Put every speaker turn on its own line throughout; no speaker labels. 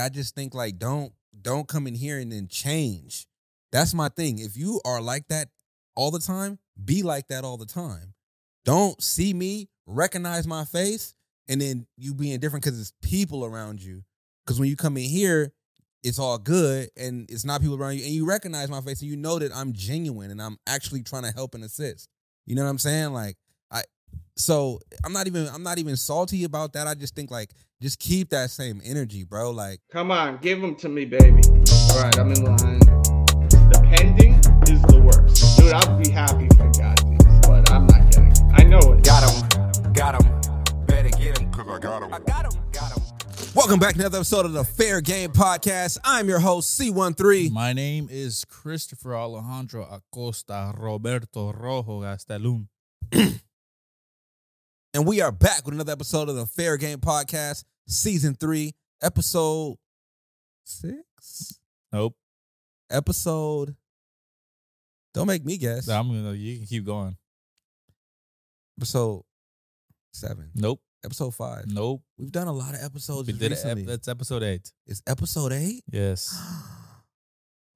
I just think like don't don't come in here and then change. That's my thing. If you are like that all the time, be like that all the time. Don't see me, recognize my face, and then you being different because it's people around you. Because when you come in here, it's all good and it's not people around you, and you recognize my face and you know that I'm genuine and I'm actually trying to help and assist. You know what I'm saying? Like I, so I'm not even I'm not even salty about that. I just think like just keep that same energy, bro. Like
Come on, give them to me, baby. All right, I'm in line. The pending is the worst. Dude, I'll be happy if I got these, but I'm not getting it. I know it.
Got him, got him. Better get him. Cause I got him. I got him, got him.
Welcome back to another episode of the Fair Game Podcast. I'm your host, C13.
My name is Christopher Alejandro Acosta Roberto Rojo Gastelum.
And we are back with another episode of the Fair Game Podcast, season three, episode six.
Nope.
Episode. Don't make me guess.
I'm gonna you can keep going.
Episode seven.
Nope.
Episode five.
Nope.
We've done a lot of episodes
We did it.
recently.
ep- That's episode eight.
it's episode eight.
Yes.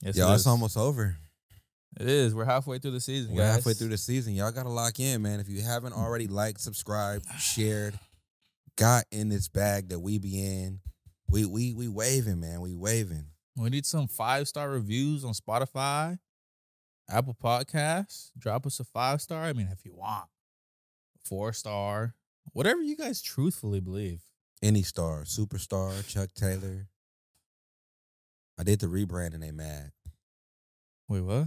Yes.
Y'all,
it
it's
is.
almost over.
It is. We're halfway through the season.
We're
guys.
halfway through the season. Y'all gotta lock in, man. If you haven't already liked, subscribed, shared, got in this bag that we be in. We we we waving, man. We waving.
We need some five star reviews on Spotify, Apple Podcasts. Drop us a five star. I mean, if you want, four star, whatever you guys truthfully believe.
Any star, superstar, Chuck Taylor. I did the rebrand and they mad.
Wait, what?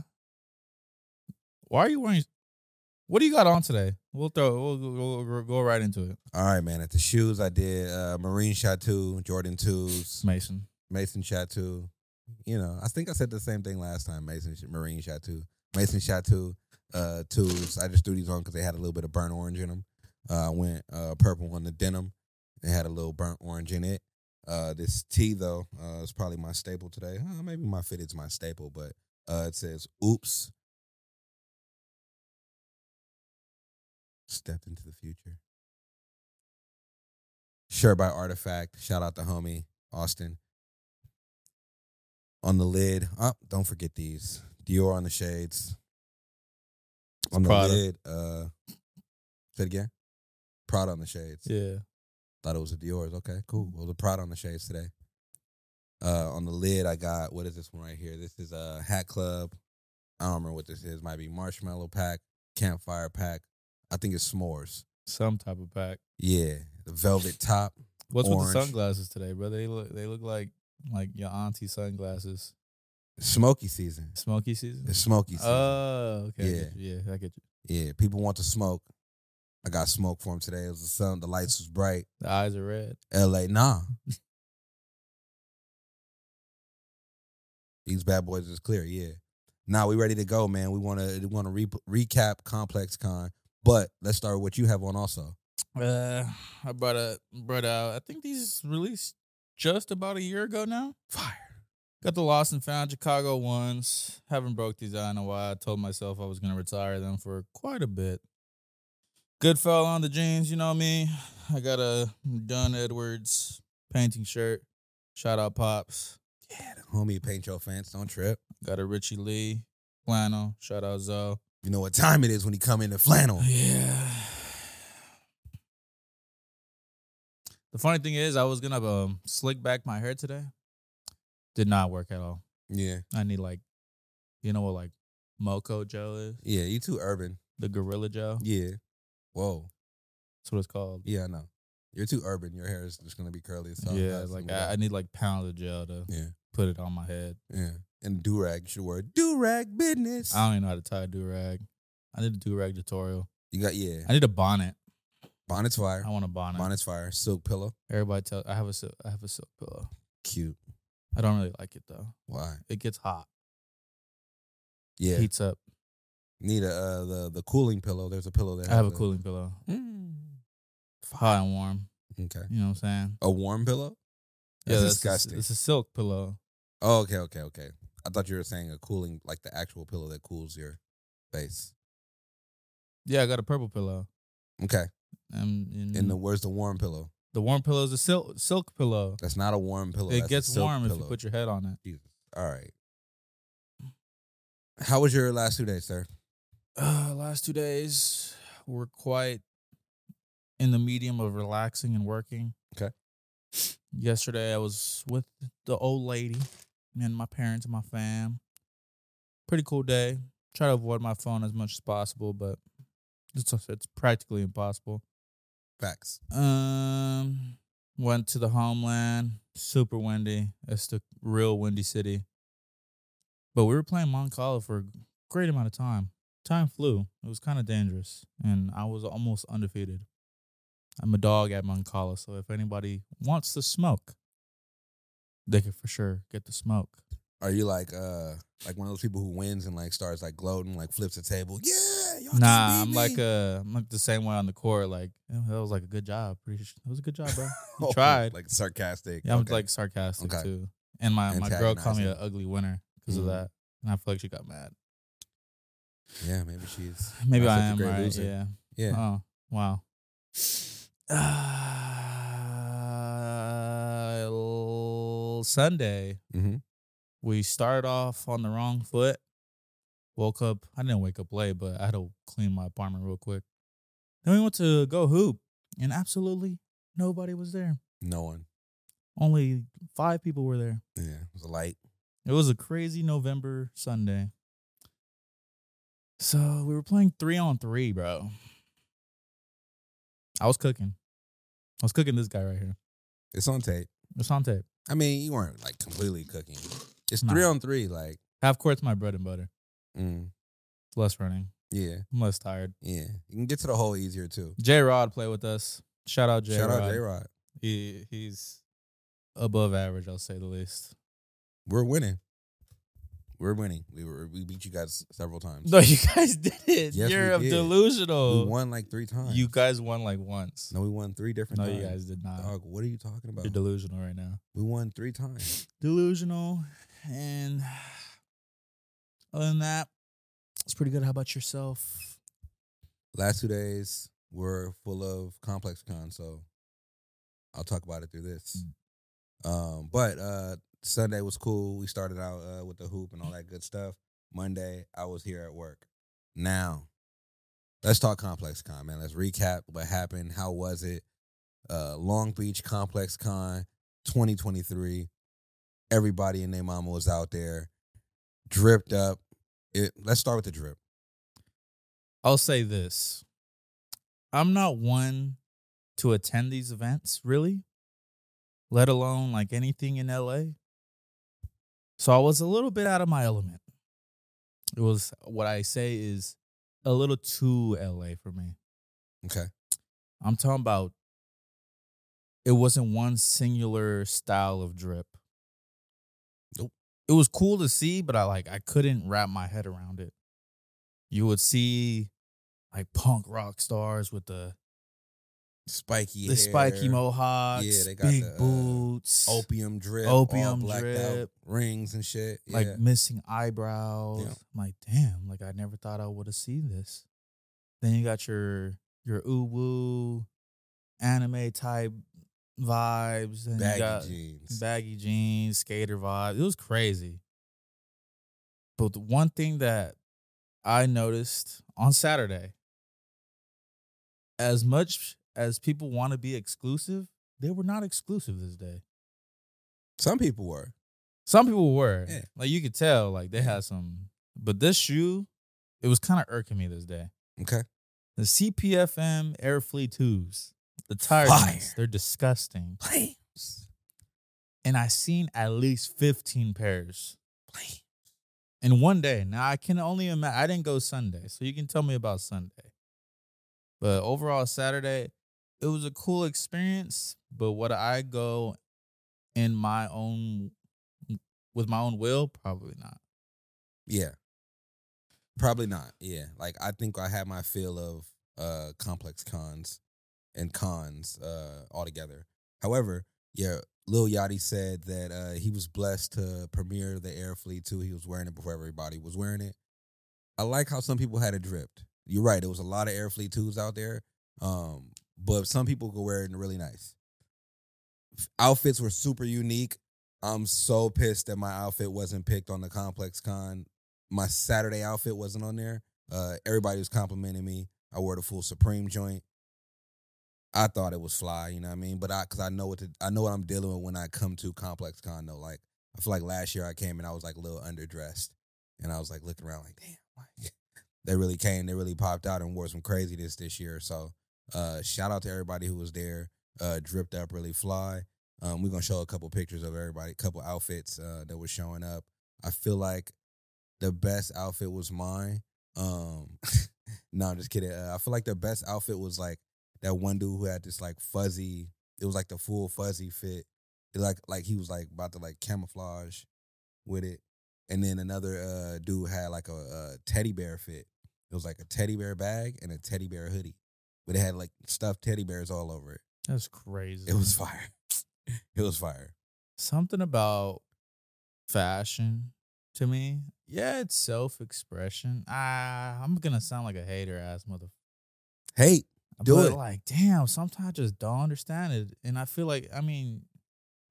Why are you wearing? What do you got on today? We'll throw. We'll, go- go- go right into it.
All right, man. At the shoes, I did uh Marine Chateau, Jordan Twos,
Mason.
Mason Chateau. You know, I think I said the same thing last time. Mason Marine Chateau, Mason Chateau, uh, twos. I just threw these on because they had a little bit of burnt orange in them. Uh, I went uh, purple on the denim. It had a little burnt orange in it. Uh, this tee though uh, is probably my staple today. Uh, maybe my fitted's my staple, but uh, it says "Oops." Stepped into the future. Shirt by Artifact. Shout out to homie Austin on the lid. Oh, don't forget these. Dior on the shades. on the
Prada.
lid. Uh, say it again. Prada on the shades.
Yeah.
Thought it was a Dior's. Okay, cool. Well, the Prada on the shades today. Uh, on the lid, I got what is this one right here? This is a Hat Club. I don't remember what this is. Might be Marshmallow Pack, Campfire Pack. I think it's S'mores.
Some type of pack.
Yeah, the velvet top.
What's with
Orange.
the sunglasses today, bro? They look. They look like like your auntie sunglasses.
Smoky season.
Smoky season.
It's smoky season.
Oh, okay. I get you. Yeah, I get you.
yeah, people want to smoke. I got smoke for them today. It was the sun. The lights was bright.
The eyes are red.
L.A. Nah. These bad boys is clear, yeah. Now we ready to go, man. We want to want to re- recap Complex Con, but let's start with what you have on also.
Uh, I brought a brought out. I think these released just about a year ago now.
Fire.
Got the lost and found Chicago ones. Haven't broke these out in a while. I told myself I was gonna retire them for quite a bit. Good fell on the jeans, you know me. I got a Dunn Edwards painting shirt. Shout out pops.
Yeah, the homie, paint your fence. Don't trip.
Got a Richie Lee flannel. Shout out Zoe.
You know what time it is when you come in the flannel.
Yeah. The funny thing is, I was gonna um, slick back my hair today. Did not work at all.
Yeah,
I need like, you know what like Moco Joe is?
yeah. You too urban.
The Gorilla Joe.
Yeah. Whoa.
That's what it's called.
Yeah, I know. You're too urban. Your hair is just gonna be curly. So
yeah, like I, I need like pounds of gel to
Yeah.
put it on my head.
yeah. And do rag. You should wear do rag business.
I don't even know how to tie a do rag. I need a do rag tutorial.
you got yeah.
I need a bonnet.
Bonnet's fire.
I want a bonnet.
Bonnet's fire. Silk pillow.
Everybody tell I have a sil- I have a silk pillow.
Cute.
I don't really like it though.
Why?
It gets hot.
Yeah.
Heats up.
Need a uh, the the cooling pillow. There's a pillow there.
I have a cooling pillow. Hot and warm.
Okay.
You know what I'm saying?
A warm pillow. That's disgusting.
A, it's a silk pillow.
Oh, okay, okay, okay. I thought you were saying a cooling, like the actual pillow that cools your face.
Yeah, I got a purple pillow.
Okay.
Um, and Mm.
And the where's the warm pillow?
The warm pillow is a silk silk pillow.
That's not a warm pillow.
it
That's a
gets
silk
warm if you
pillow.
put your head on it.
Jesus. All right. How was your last two days, sir?
Uh, last two days were quite in the medium of relaxing and working.
Okay.
Yesterday I was with the old lady and my parents and my fam. Pretty cool day. Try to avoid my phone as much as possible, but it's it's practically impossible.
Facts.
Um, went to the homeland. Super windy. It's the real windy city. But we were playing Moncala for a great amount of time. Time flew. It was kind of dangerous, and I was almost undefeated. I'm a dog at Moncala, so if anybody wants to smoke, they could for sure get the smoke.
Are you like uh like one of those people who wins and like starts like gloating, like flips the table? Yeah, y'all can't
Nah,
beat
I'm
me.
like uh, I'm like the same way on the court. Like "Oh, that was like a good job. Pretty, sure. that was a good job, bro. You
Oh,
tried.
like sarcastic.
Yeah, I'm
Okay.
like sarcastic
Okay.
too. And my, my girl called me
Antagonizing.
an ugly winner because
Mhm.
of that. And I feel like she got mad.
yeah, maybe she's
Maybe
not
I
such a
am
great
right.
loser.
Yeah.
yeah.
Oh, wow. Uh, l- Sunday,
hmm
we started off on the wrong foot. Woke up. I didn't wake up late, but I had to clean my apartment real quick. Then we went to go hoop, and absolutely nobody was there.
No one.
Only five people were there.
Yeah, it was a light.
It was a crazy November Sunday. So we were playing three on three, bro. I was cooking. I was cooking this guy right here.
It's on tape.
It's on tape.
I mean, you weren't like completely cooking. It's
Nah.
three on three. Like,
Half court's my bread and butter.
mm,
It's less running.
yeah,
I'm less tired.
yeah. You can get to the hole easier too.
J Rod played with us. Shout out J
Shout out J
Rod.
Rod.
He he's above average, I'll say the least.
We're winning. We're winning. We were we beat you guys several times.
No, you guys did it.
Yes,
You're
we did.
delusional.
We won like three times.
You guys won like once.
No, we won three different
No,
times.
you guys did not.
Dog, what are you talking about?
You're delusional right now.
we won three times.
delusional and other than that it's pretty good how about yourself
Last two days were full of complex con, so I'll talk about it through this.
Mm.
Um, but uh Sunday was cool. We started out uh, with the hoop and all that good stuff. Monday, I was here at work. Now, let's talk complex con, man. Let's recap what happened. How was it? Uh Long Beach Complex Con 2023. Everybody and their mama was out there, dripped up. It, let's start with the drip.
i'll say this i'm not one to attend these events really let alone like anything in la so i was a little bit out of my element it was what i say is a little too la for me
Okay.
I'm talking about it wasn't one singular style of drip.
Nope.
It was cool to see, but I like I couldn't wrap my head around it. You would see like punk rock stars with the
Spiky
the spiky
hair.
mohawks,
Yeah, they got
big
the, uh,
boots,
opium drip, all
Opium
blacked out
drip.
rings and shit. Yeah.
like missing eyebrows.
Yeah.
I'm like, damn, like I never thought I would have seen this. Then you got your your uwu anime type vibes and
baggy
you got
jeans.
baggy jeans, skater vibe. It was crazy. But the one thing that I noticed on Saturday, as much as people want to be exclusive, they were not exclusive this day.
Some people were.
Some people were.
Yeah.
Like you could tell, like they had some. But this shoe, it was kind of irking me this day.
Okay.
The CPFM Airfleet 2s, the tire
Fire.
joints, they're disgusting. And I seen at least 15 pairs in one day. Now I can only imagine, I didn't go Sunday, so you can tell me about Sunday. But overall, Saturday, it was a cool experience. But would I go in my own, with my own will? Probably not.
Yeah. Probably not. Yeah. Like I think I had my feel of uh complex cons and cons uh altogether. However, yeah, Lil Yachty said that uh he was blessed to premiere the Air Fleet 2. He was wearing it before everybody was wearing it. I like how some people had it dripped. You're right, there was a lot of Air Fleet 2s out there. Um, but some people could wear it and really nice. outfits were super unique. I'm so pissed that my outfit wasn't picked on the Complex Con. My Saturday outfit wasn't on there. Uh, everybody was complimenting me. I wore the full Supreme joint. I thought it was fly, you know what I mean? But I, cause I know what to, I know what I'm dealing with when I come to Complex Con. Though, like I feel like last year I came and I was like a little underdressed, and I was like looking around like, damn, like they really came, they really popped out and wore some craziness this year. So, uh, shout out to everybody who was there. Uh, dripped up really fly. Um, we're gonna show a couple pictures of everybody, a couple outfits uh, that were showing up. I feel like the best outfit was mine. Um, no, I'm just kidding. Uh, I feel like the best outfit was like that one dude who had this like fuzzy. It was like the full fuzzy fit. It, like like he was like about to like camouflage with it. And then another uh, dude had like a, a teddy bear fit. It was like a teddy bear bag and a teddy bear hoodie, but it had like stuffed teddy bears all over it.
That's crazy.
It was fire. It was fire.
something about fashion to me. Yeah, it's self expression. Ah, I'm gonna sound like a hater ass mother.
Hate. Do
but
it.
like, damn, sometimes I just don't understand it. And I feel like I mean,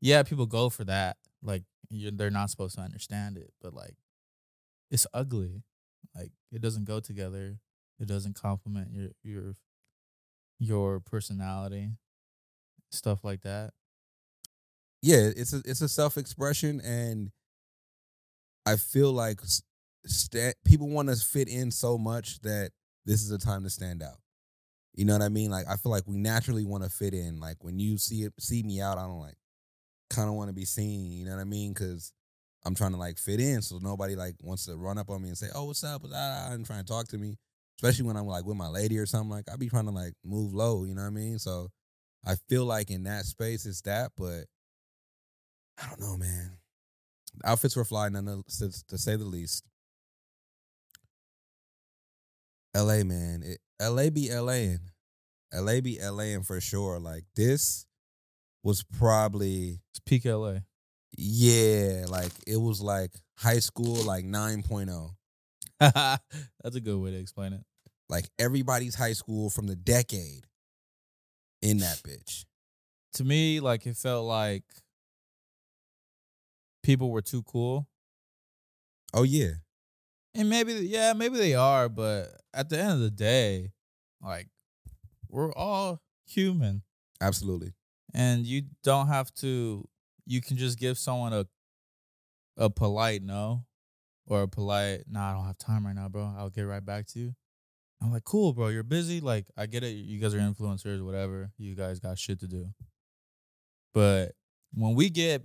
yeah, people go for that. Like you they're not supposed to understand it, but like it's ugly. Like it doesn't go together. It doesn't complement your your your personality. Stuff like that.
yeah, it's a it's a self expression, and I feel like s- sta people want to fit in so much that this is a time to stand out. You know what I mean? Like I feel like we naturally want to fit in. Like when you see it, see me out, I don't like kind of want to be seen. You know what I mean? Because I'm trying to like fit in, so nobody like wants to run up on me and say, "Oh, what's up?" What's up? and trying to talk to me. Especially when I'm like with my lady or something. Like I be trying to like move low. You know what I mean? So I feel like in that space it's that, but I don't know, man. The outfits were fly, none of, to, to say the least. LA, man. It, LA be LAing. LA be LAing for sure. Like, this was probably,
It's peak LA.
yeah, like, it was like high school, like oh. 9.0.
That's a good way to explain it.
Like, everybody's high school from the decade in that bitch.
To me, like it felt like people were too cool.
Oh, yeah.
And maybe yeah, maybe they are, but at the end of the day, like we're all human
Absolutely.
and you don't have to you can just give someone a a polite no or a polite nah, I don't have time right now, bro. I'll get right back to you. I'm like, cool, bro. You're busy. Like, I get it. You guys are influencers, whatever. You guys got shit to do. But when we get,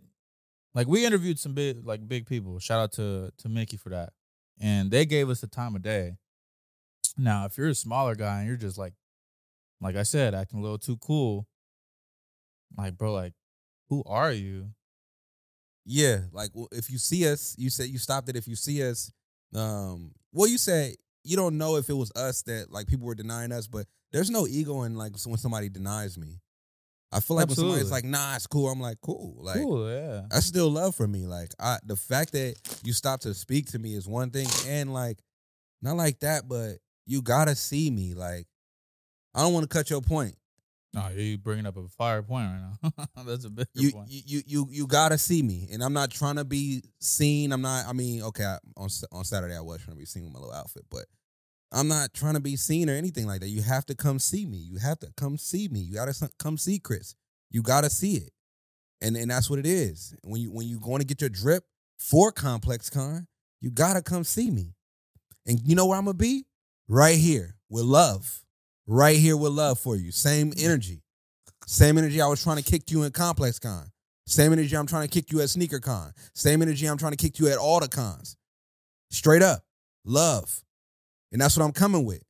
like, we interviewed some big, like, big people. Shout out to to Mickey for that. And they gave us the time of day. Now, if you're a smaller guy and you're just like, like I said, acting a little too cool, like, bro, like, who are you?
Yeah, like well, if you see us, you said you stopped it. If you see us, um, well, you said you don't know if it was us that like people were denying us, but there's no ego in like when somebody denies me. I feel like when somebody's like,
Absolutely.
"Nah, it's cool," I'm like, "Cool." Like
cool, yeah.
that's still love for me. Like I, the fact that you stopped to speak to me is one thing, and like not like that, but you gotta see me. Like I don't want to cut your point.
No, you bringing up a fire point right now. That's a bigger
you,
point.
you you you you gotta see me, and I'm not trying to be seen. I'm not. I mean, okay, I, on Sa- on Saturday I was trying to be seen with my little outfit, but I'm not trying to be seen or anything like that. You have to come see me. You have to come see me. You gotta s- come see Chris. You gotta see it, and and that's what it is. When you when you going to get your drip for Complex Con, you gotta come see me, and you know where I'm gonna be? Right here with love. Right here with love for you. Same energy. Same energy I was trying to kick you in Complex Con. Same energy I'm trying to kick you at Sneaker Con. Same energy I'm trying to kick you at all the cons. Straight up, love. And that's what I'm coming with.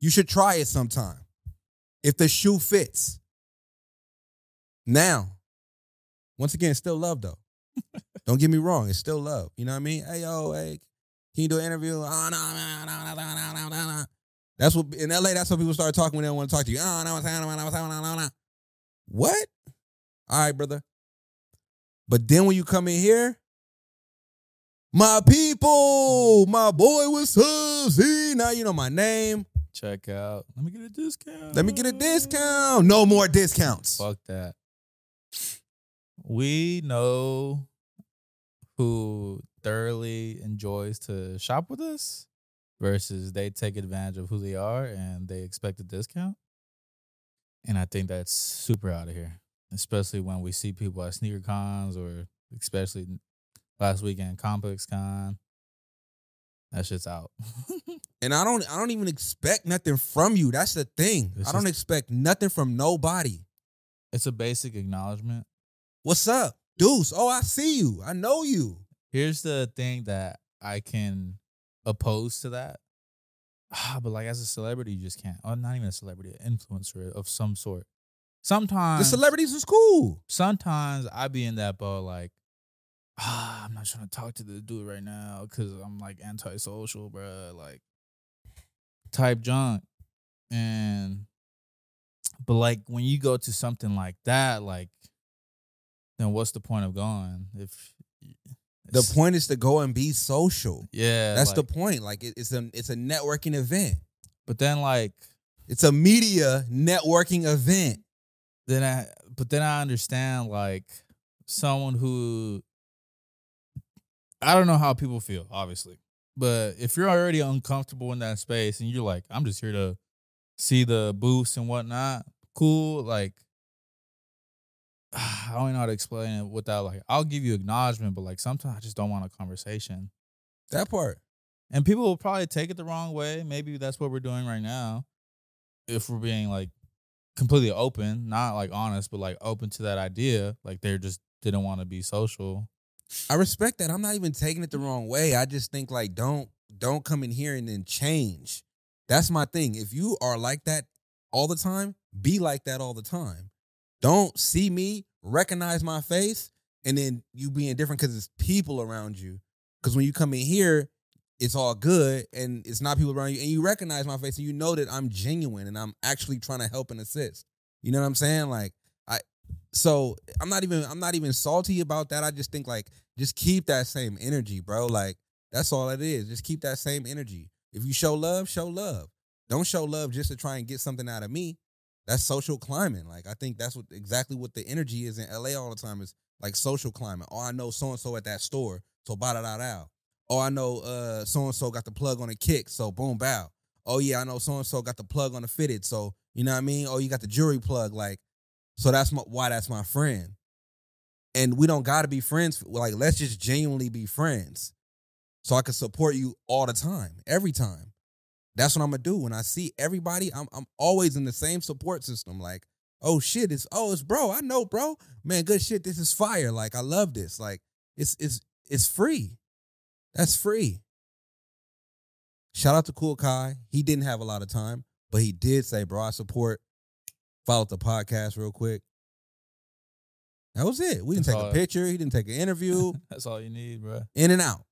You should try it sometime. If the shoe fits. Now, once again, still love though. Don't get me wrong, it's still love. You know what I mean? Hey, yo, hey, can you do an interview? Ah, no, no, no, no, no, no, no, no. That's what in LA, that's what people start talking when they don't want to talk to you. Ah, no, it's- no, no, no, no, no. What? All right, brother. But then when you come in here, my people, my boy, what's up? See, now you know my name.
Check out. Let me get a discount.
Let me get a discount. No more discounts.
Fuck that. we know who thoroughly enjoys to shop with us versus they take advantage of who they are and they expect a discount. And I think that's super out of here, especially when we see people at sneaker cons or especially last weekend Complex Con. That shit's out.
And I don't I don't even expect nothing from you. That's the thing.
This
I don't
is-
expect nothing from nobody.
it's a basic acknowledgement.
What's up? Deuce. Oh, I see you. I know you.
Here's the thing that I can oppose to that. Ah, but like as a celebrity, you just can't. Or not even a celebrity, an influencer of some sort. Sometimes
The celebrities is cool.
sometimes I be in that boat like, ah, I'm not trying to talk to the dude right now because I'm like antisocial, bro. Like, type junk. And, but like when you go to something like that, like, then what's the point of going if
The
it's-
point is to go and be social.
Yeah,
That's the
like-
point. Like it- it's a it's a networking event.
But then like
It's a media networking event.
then I but then I understand like someone who I don't know how people feel, obviously. But if you're already uncomfortable in that space and you're like, I'm just here to see the booths and whatnot, cool, like I don't know how to explain it without like I'll give you acknowledgement, but like sometimes I just don't want a conversation.
That part.
And people will probably take it the wrong way. Maybe that's what we're doing right now. If we're being like completely open, not like honest, but like open to that idea, like they just didn't want to be social.
I respect that. I'm not even taking it the wrong way. I just think like don't don't come in here and then change. That's my thing. If you are like that all the time, be like that all the time. Don't see me, recognize my face, and then you being different because it's people around you. Because when you come in here, it's all good and it's not people around you, and you recognize my face and you know that I'm genuine and I'm actually trying to help and assist. You know what I'm saying? Like I, so I'm not even I'm not even salty about that. I just think like just keep that same energy, bro. Like that's all it is. Just keep that same energy. If you show love, show love. Don't show love just to try and get something out of me. That's social climbing. Like I think that's what exactly what the energy is in LA all the time is like social climbing. Oh, I know so and so at that store, so ba da da da. Oh, I know uh so and so got the plug on a kick, so boom bow. Oh yeah, I know so and so got the plug on the fitted, so you know what I mean. Oh, you got the jewelry plug, like so that's my why that's my friend and we don't gotta be friends. Like, let's just genuinely be friends. So I can support you all the time, every time. That's what I'm gonna do. When I see everybody, I'm I'm always in the same support system. Like, oh shit, it's oh it's bro. I know, bro. Man, good shit. This is fire. Like, I love this. Like, it's it's it's free. That's free. Shout out to Cool Kai. He didn't have a lot of time, but he did say, bro, I support. Follow the podcast real quick. That was it. We didn't
That's
take a
all.
picture. He didn't take an interview.
That's all you need, bro.
in and out.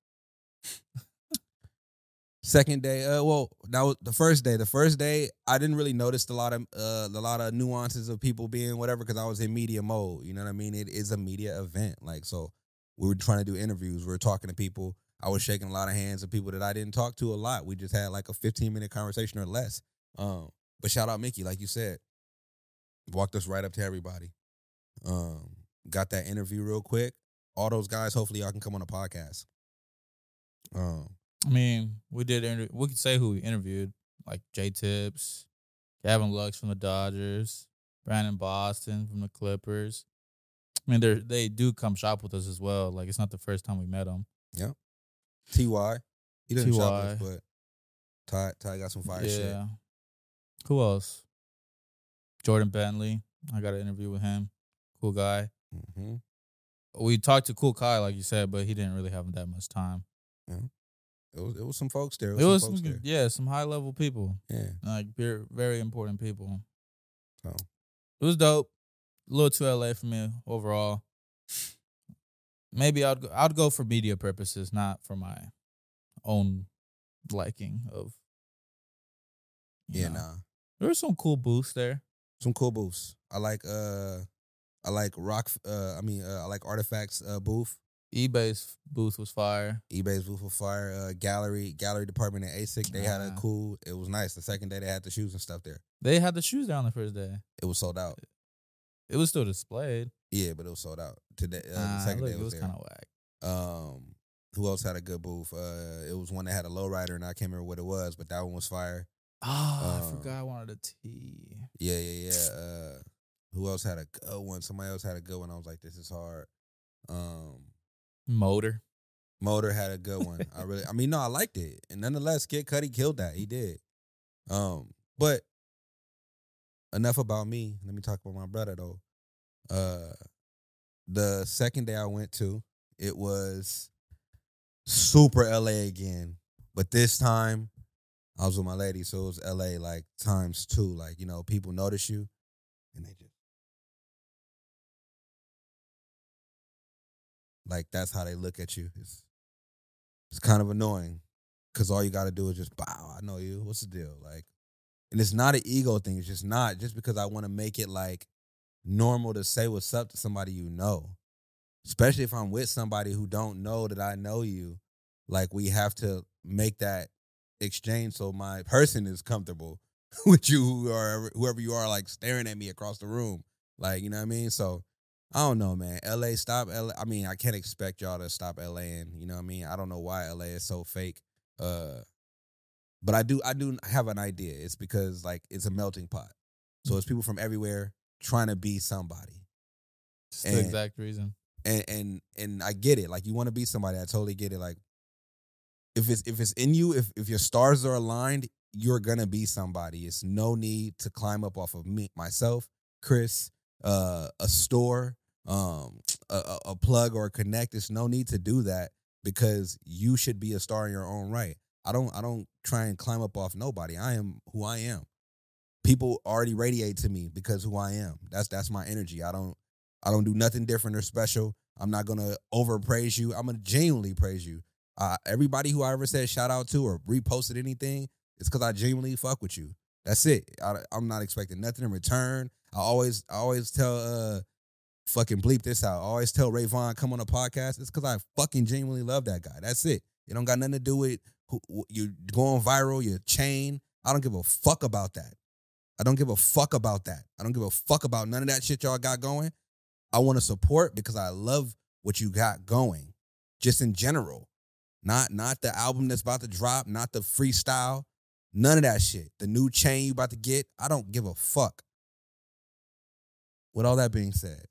Second day, uh, well, that was the first day. The first day, I didn't really notice a lot of uh, a lot of nuances of people being whatever because I was in media mode. You know what I mean? It is a media event, like so. We were trying to do interviews. We were talking to people. I was shaking a lot of hands of people that I didn't talk to a lot. We just had like a fifteen minute conversation or less. Um, but shout out Mickey, like you said, walked us right up to everybody. Um, got that interview real quick. All those guys, hopefully y'all can come on a podcast. Um,
I mean, we did inter- we could say who we interviewed, like J Tips, Gavin Lux from the Dodgers, Brandon Boston from the Clippers. I mean, they they do come shop with us as well. Like it's not the first time we met them.
Ty, he doesn't shop us,
TY.
but Ty Ty got some fire shit.
Who else? Jordan Bentley. I got an interview with him. Cool guy.
hmm
We talked to Cool Kai, like you said, but he didn't really have that much time.
It was it was some folks there. It was,
It was,
some
some,
folks there.
good- yeah, some high level people,
Yeah.
like ver- very important people.
So.
It was dope. A little too LA for me overall. Maybe I'd go, I'd go for media purposes, not for my own liking of. you
yeah,
know.
Nah,
There were some cool booths there.
some cool booths. I like uh, I like rock. Uh, I mean, uh, I like artifacts. Uh, booth.
eBay's booth was fire.
eBay's booth of fire. Uh, gallery gallery department at ASIC. They had a
Ah.
cool. It was nice. The second day they had the shoes and stuff there.
They had the shoes there on the first day.
It was sold out.
It was still displayed.
Yeah, but it was sold out today. Uh,
Nah,
the second
look,
day
it was
there.
kind of whack.
Um, who else had a good booth? Uh, it was one that had a lowrider, and I can't remember what it was, but that one was fire.
Oh, I
Um,
forgot I wanted a tea.
Yeah, yeah, yeah. Uh, who else had a good one? Somebody else had a good one. I was like, this is hard. Um,
Motor.
Motor had a good one. I really, I mean, no, I liked it, and nonetheless, Kid Cudi killed that. He did. Um, but enough about me. Let me talk about my brother though. Uh, the second day I went to, it was super LA again, but this time I was with my lady, so it was LA like times two. Like you know, people notice you, and they just like that's how they look at you. It's it's kind of annoying because all you got to do is just bow. I know you. What's the deal? Like, and it's not an ego thing. It's just not just because I want to make it like normal to say what's up to somebody you know, especially if I'm with somebody who don't know that I know you. Like we have to make that exchange so my person is comfortable with you who are whoever you are like staring at me across the room. Like, you know what I mean? So I don't know, man. LA stop LA. I mean, I can't expect y'all to stop LA and you know what I mean? I don't know why LA is so fake. Uh but I do I do have an idea. It's because like it's a melting pot. So it's people from everywhere trying to be somebody.
It's
And-
the exact reason.
And and and I get it. Like you want to be somebody. I totally get it. Like if it's if it's in you, if if your stars are aligned, you're gonna be somebody. It's no need to climb up off of me myself, Chris, uh, a store, um, a, a- a plug or a connect. It's no need to do that because you should be a star in your own right. I don't I don't try and climb up off nobody. I am who I am. People already radiate to me because who I am. That's that's my energy. I don't I don't do nothing different or special. I'm not gonna overpraise you. I'm gonna genuinely praise you. Uh, everybody who I ever said shout out to or reposted anything, it's because I genuinely fuck with you. That's it. I, I'm not expecting nothing in return. I always I always tell uh fucking bleep this out. I always tell Ray Vaughn come on a podcast. It's because I fucking genuinely love that guy. That's it. It don't got nothing to do with who, who- you going viral, your chain. I don't give a fuck about that. I don't give a fuck about that. I don't give a fuck about none of that shit y'all got going. I want to support because I love what you got going, just in general. Not not the album that's about to drop, not the freestyle, none of that shit. The new chain you about to get, I don't give a fuck. With all that being said,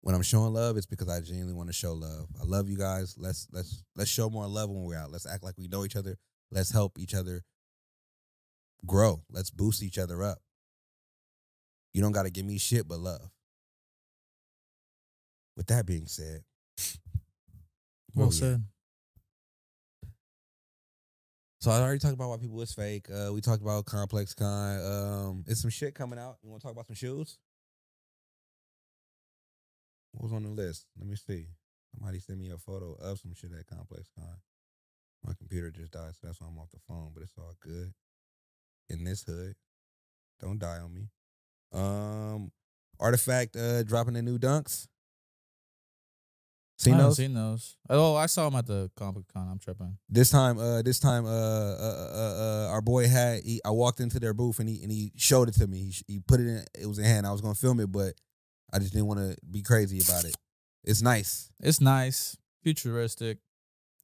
when I'm showing love, it's because I genuinely want to show love. I love you guys. Let's let's let's show more love when we're out. Let's act like we know each other. Let's help each other grow. Let's boost each other up. You don't got to give me shit but love. With that being said, oh,
Well
yeah.
said.
So I already talked about why people is fake. Uh, we talked about Complex Con. Um, it's some shit coming out. You want to talk about some shoes? What was on the list? Let me see. Somebody sent me a photo of some shit at Complex Con. My computer just died, so that's why I'm off the phone. But it's all good. In this hood, don't die on me. Um, Artifact uh dropping the new dunks. Seen
I haven't
those?
seen those. Oh, I saw him at the Comic Con. I'm tripping.
This time, uh, this time, uh, uh, uh, uh our boy had. He, I walked into their booth and he and he showed it to me. He, sh- he put it in. It was in hand. I was gonna film it, but I just didn't want to be crazy about it. It's nice.
It's nice, futuristic.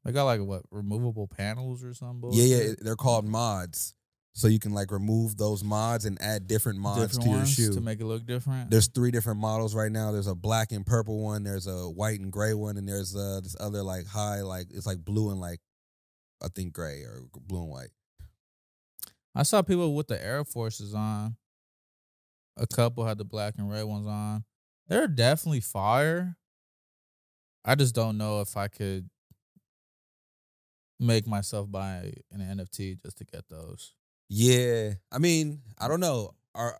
They got like what removable panels or something.
Yeah, yeah. They're called mods, so you can like remove those mods and add different mods
different
to your
ones
shoe.
to make it look different.
there's three different models right now. There's a black and purple one. There's a white and gray one, and there's uh this other like high like it's like blue and like I think gray or blue and white.
I saw people with the Air Forces on. A couple had the black and red ones on. They're definitely fire. I just don't know if I could make myself buy an NFT just to get those.
Yeah, I mean, I don't know. Our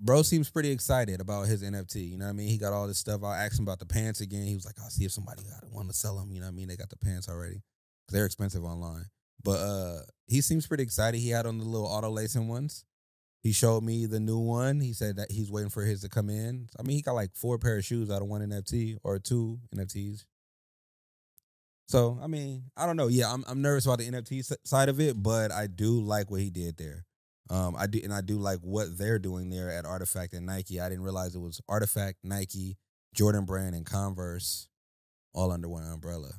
bro seems pretty excited about his NFT. You know what I mean? He got all this stuff. I asked him about the pants again. He was like, "I'll see if somebody got want to sell them." You know what I mean? They got the pants already. 'Cause They're expensive online, but uh, he seems pretty excited. He had on the little auto lacing ones. He showed me the new one. He said that he's waiting for his to come in. I mean, he got like four pair of shoes out of one NFT or two NFTs. So I mean, I don't know. Yeah, I'm I'm nervous about the NFT s- side of it, but I do like what he did there. Um, I do, and I do like what they're doing there at Artifact and Nike. I didn't realize it was Artifact, Nike, Jordan Brand, and Converse, all under one umbrella.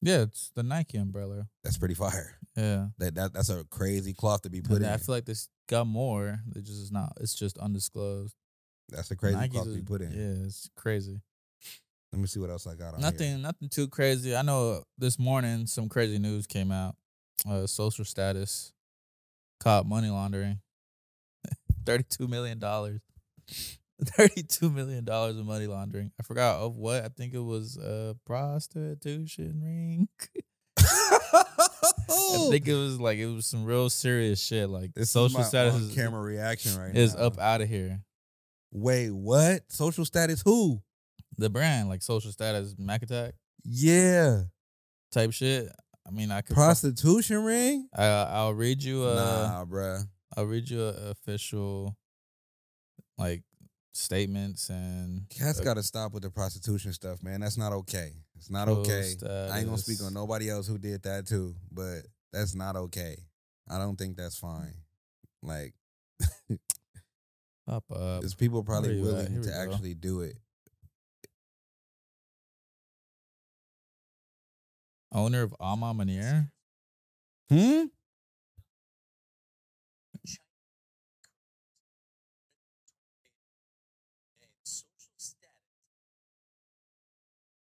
Yeah, it's the Nike umbrella.
That's pretty fire.
Yeah.
That, that that's a crazy cloth to be put
But
in.
I feel like this got more. It just is not. It's just undisclosed.
that's a crazy
Nike's
cloth to
is-
be put in.
Yeah, it's crazy.
Let me see what else I got on here.
nothing, nothing too crazy. I know this morning some crazy news came out. Uh, social status caught money laundering. Thirty-two million dollars. Thirty-two million dollars of money laundering. I forgot of what. I think it was a prostitution ring. I think it was like it was some real serious shit. Like
This is
social
my
status is,
camera reaction right
is
now.
up out of here.
Wait, what? Social status? Who?
The brand like social status, Mac Attack
Yeah,
type shit. I mean, I could
prostitution ring.
I, I'll read you uh, a.
nah, bruh.
I'll read you a official, like statements and.
Cats got to stop with the prostitution stuff, man. That's not okay. It's not
Post
okay. I ain't gonna speak
status.
on nobody else who did that too, but that's not okay. I don't think that's fine. Like,
Pop up. uh,
there's people
Where
probably
you at?
willing
Here
to
we go.
actually do it.
Owner of Alma Manier.
Hmm.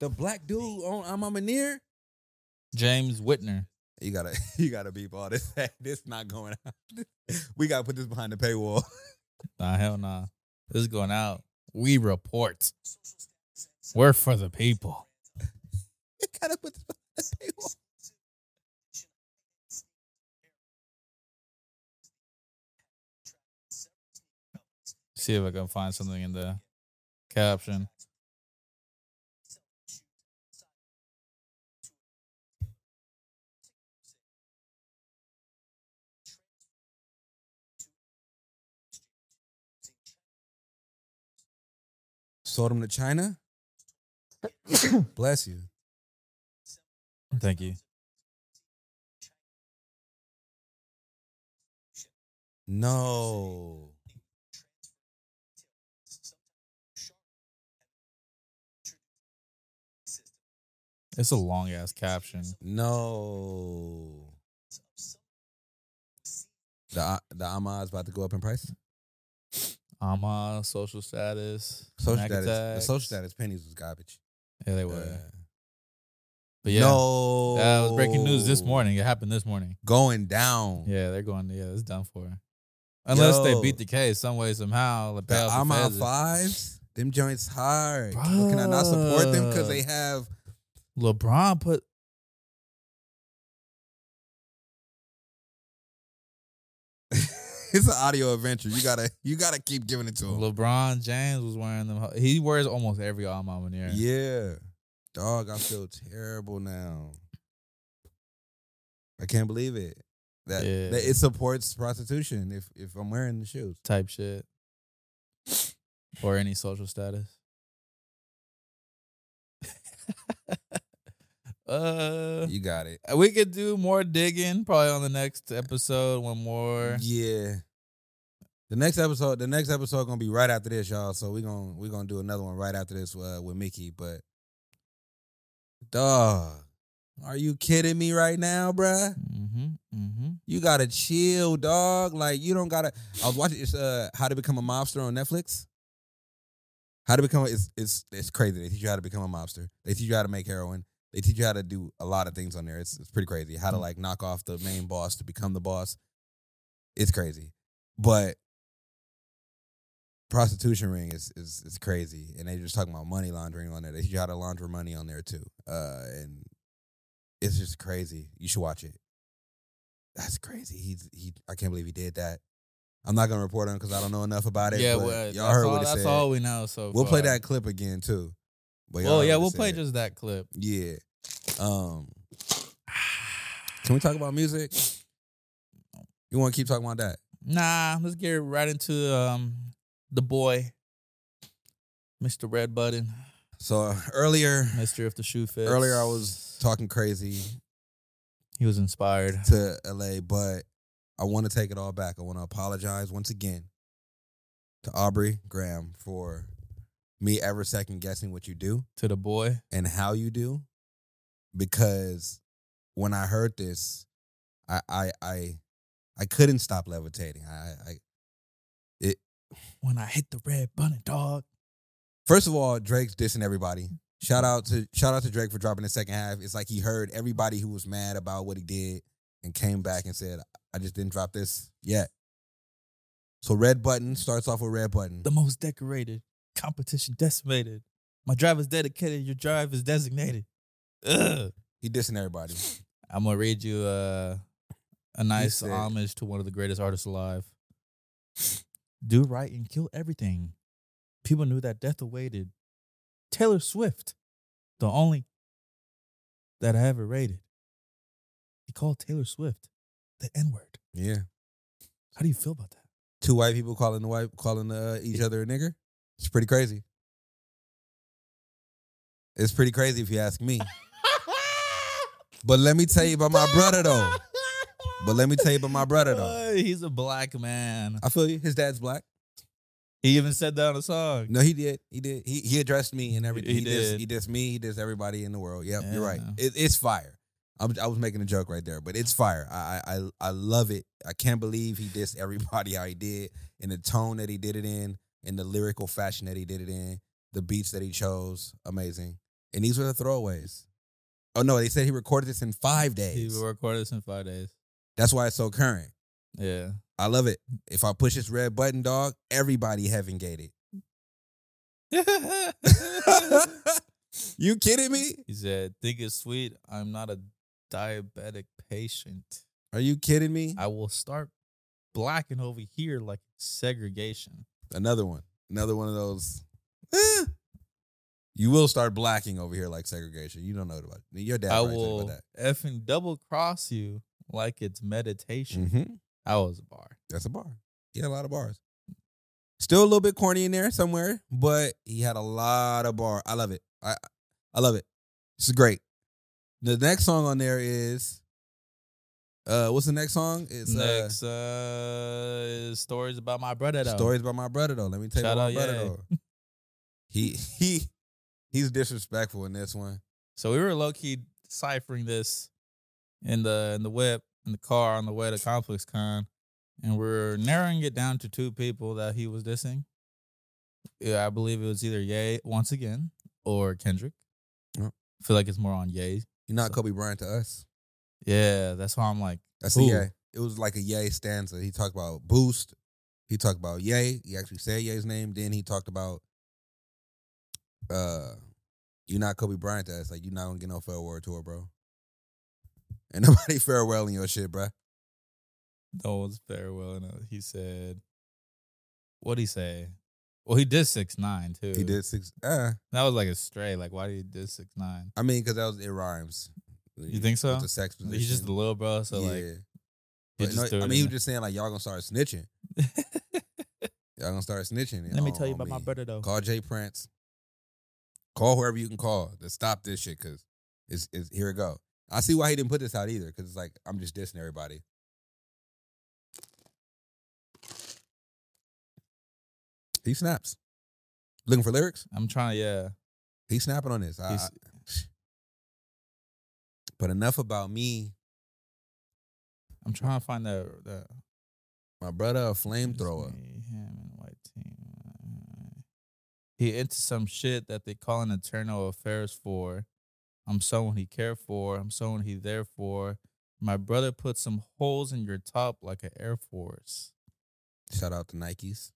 The black dude on I'm a Maneer?
James Whitner.
You gotta you gotta beep all this. this not going out. we gotta put this behind the paywall.
Nah, hell nah. This is going out. We report. We're for the people.
you gotta put this behind the paywall.
See if I can find something in the caption.
Sold him to China. Bless you.
Thank you.
No.
It's a long ass caption.
No. The the Ahmad's about to go up in price.
Alma, social status.
Social
Mac
status. The
Attacks.
social status pennies was garbage.
Yeah, they were.
Uh,
but yeah.
No.
That was breaking news this morning. It happened this morning.
Going down.
Yeah, they're going. Yeah, it's done for. Unless
Yo.
they beat the case some way, somehow. The
The
payoff
I'm
the
out
feds is-
fives. Them joints hard. Can I not support them because they have
LeBron put.
it's an audio adventure. You gotta you gotta keep giving it to them.
LeBron James was wearing them. He wears almost every All Mountaineer.
Yeah. Dog, I feel terrible now. I can't believe it. That,
Yeah.
that it supports prostitution if if I'm wearing the shoes.
type shit, or any social status. uh,
You got it.
we could do more digging probably on the next episode. One more.
Yeah. The next episode, the next episode gonna be right after this, y'all. So we gonna we gonna do another one right after this uh, with Mickey. But dog, are you kidding me right now, bruh?
Mm-hmm. Mm-hmm.
You gotta chill, dog. Like you don't gotta. I was watching it's uh How to Become a Mobster on Netflix. How to become it's it's it's crazy. They teach you how to become a mobster. They teach you how to make heroin. They teach you how to do a lot of things on there. It's it's pretty crazy. How to
Mm.
like knock off the main boss to become the boss. It's crazy, but prostitution ring is is is crazy. And they just talking about money laundering on there. They teach you how to launder money on there too. Uh, and it's just crazy. You should watch it. That's crazy. He's he. I can't believe he did that. I'm not gonna report on because I don't know enough about it. Yeah,
Yeah, well,
y'all
that's
heard
all,
what it
that's
said.
all we know. So
We'll play
far.
that clip again too. But y'all
Well, uh, Oh, yeah,
already
we'll play
said-
just that clip.
yeah. Um, can we talk about music? You want to keep talking about that?
Nah, let's get right into um the boy, Mr. Red Button,
So uh, earlier,
Mr. If the Shoe Fits.
earlier I was talking crazy
He was inspired.
to LA, but I want to take it all back. I want to apologize once again to Aubrey Graham for me ever second guessing what you do
to the boy.
and how you do because when I heard this, I I I, I couldn't stop levitating. I, I
When I hit the red button, dog.
first of all, Drake's dissing everybody. Shout out to shout out to Drake for dropping the second half. It's like he heard everybody who was mad about what he did and came back and said, "I just didn't drop this yet." So red button starts off with red button.
The most decorated. Competition decimated. My driver's dedicated. Your drive is designated. Ugh.
He dissing everybody.
I'm gonna read you uh, a nice
said-
homage to one of the greatest artists alive. Do right and kill everything. People knew that death awaited. Taylor Swift, the only that I ever rated. He called Taylor Swift the N word.
Yeah,
How do you feel about that?
two white people calling the white calling uh, each other a nigger. It's pretty crazy. It's pretty crazy if you ask me. But let me tell you about my brother though. But let me tell you about my brother though.
Uh, he's a black man.
I feel you. His dad's black.
He even said that on a song.
No, he did. He did. He he addressed me and everything.
He
He, did.
did.
he dissed me. He dissed everybody in the world. Yep, you're right.
Yeah.
It, it's fire. I was, I was making a joke right there, but it's fire. I, I I- I love it. I can't believe he dissed everybody how he did, and the tone that he did it in, and the lyrical fashion that he did it in, the beats that he chose, amazing. And these were the throwaways. Oh no, they said he recorded this in five
He
days.
recorded this in five days.
That's why it's so current.
Yeah.
I love it. If I push this red button, dog, everybody heaven gated. you kidding me?
He said, "Think it's sweet. I'm not a diabetic patient.
Are you kidding me?
I will start blacking over here like segregation."
Another one. Another one of those. eh. You will start blacking over here like segregation. You don't know about it. Your dad
I
probably told you
will
about
effing double cross you like it's
that.
meditation.
Mm-hmm.
I was a bar.
That's a bar. He had a lot of bars. Still a little bit corny in there somewhere, but he had a lot of bar. I love it. I I love it. This is great. The next song on there is uh what's the next song? It's uh,
Next uh, is stories about my brother. Though.
Stories by my brother though. Let me tell you
Shout
about my
out,
brother
yeah.
though. He he he's disrespectful in this one.
So we were low key ciphering this in the in the whip in the car on the way to Complex Con, and we're narrowing it down to two people that he was dissing. Yeah, I believe it was either Ye once again or Kendrick.
Yeah.
I feel like it's more on Ye.
You're not
So-
Kobe Bryant to us.
Yeah, that's why I'm like,
That's
Who?
a yay. It was like a yay stanza. He talked about boost. He talked about yay. He actually said yay's name. Then he talked about uh you're not Kobe Bryant to us. Like you're not gonna get no farewell tour, bro. Ain't nobody farewelling your shit, bro.
no one's farewell. And uh, he said, what would he say? Well, he did six nine too.
He did six uh
That was like a stray. Like, why did he do six nine?
I mean, cause that was it rhymes.
You think so?
With the sex position.
He's just a little bro, so like,
Yeah. But
he just
no,
threw
I
it
mean, he
in
was just saying like y'all gonna start snitching.
there.
Y'all gonna start snitching.
Let me
on-
tell you
on
about my
me.
brother though.
Call Jay Prince. Call whoever you can call to stop this shit because it's, it's here it go. I see why he didn't put this out either because it's like I'm just dissing everybody. He snaps. Looking for lyrics?
I'm trying. Yeah,
He's snapping on this. I,
He's-
I- but enough about me.
I'm trying to find that. that
My brother, a
Just
flamethrower.
me, Him and white team. He into some shit that they call an internal affairs for. I'm someone he cared for. I'm someone he there for. My brother put some holes in your top like an Air Force.
Shout out to Nikes.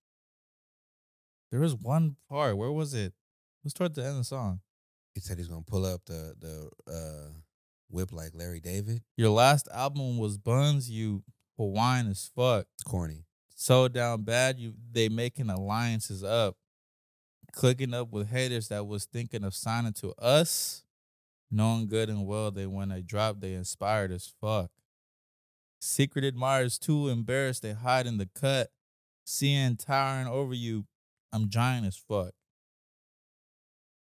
There was one part. Where was it? It was toward the end of the song.
He said he's gonna pull up the the uh, whip like Larry David.
Your last album was Buns. You Hawaiian as fuck.
Corny.
so down bad you they making alliances up clicking up with haters that was thinking of signing to us knowing good and well they when they dropped they inspired as fuck secret admirers too embarrassed they hide in the cut seeing towering over you i'm giant as fuck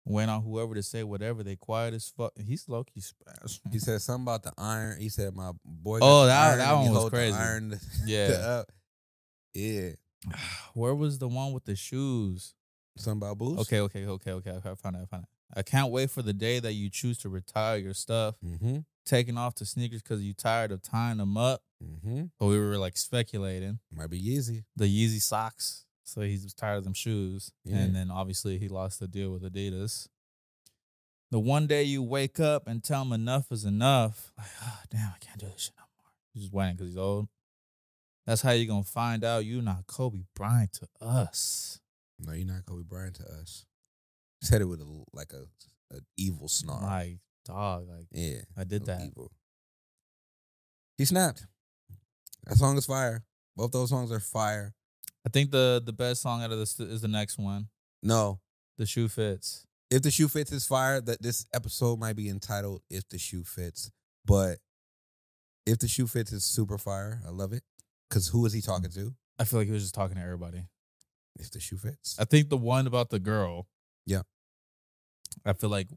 went on whoever to say whatever. They quiet as fuck. He's low key spaz.
He said something about the iron. He said my boy. got
Oh, that-
iron
that
and he
one was
hold the
crazy.
Iron the-
Yeah.
the up. yeah.
Where was the one with the shoes?
Something about boost.
Okay, okay, okay, okay. I found it. I found it. I can't wait for the day that you choose to retire your stuff,
Mm-hmm.
taking off the sneakers because you tired of tying them up.
Mm-hmm.
But we were like speculating
Might be Yeezy.
the Yeezy socks, so he's just tired of them shoes.
Yeah.
And then obviously he lost the deal with Adidas. The one day you wake up and tell him enough is enough, like, oh, damn, I can't do this shit no more. He's just whining because he's old. That's how you're gonna find out you're not Kobe Bryant to us.
No, you're not Kobe Bryant to us. Said it with a like a an evil snarl.
Like, dog, like
yeah.
I did
no
that.
evil. He snapped. That song is fire. Both those songs are fire.
I think the the best song out of this is the next one,
No.
"The Shoe Fits."
If the shoe fits is fire, that this episode might be entitled If the Shoe Fits. But if the shoe fits is super fire. I love it. Cause who is he talking to?
I feel like he was just talking to everybody.
If the shoe fits.
I think the one about the girl.
Yeah.
I feel like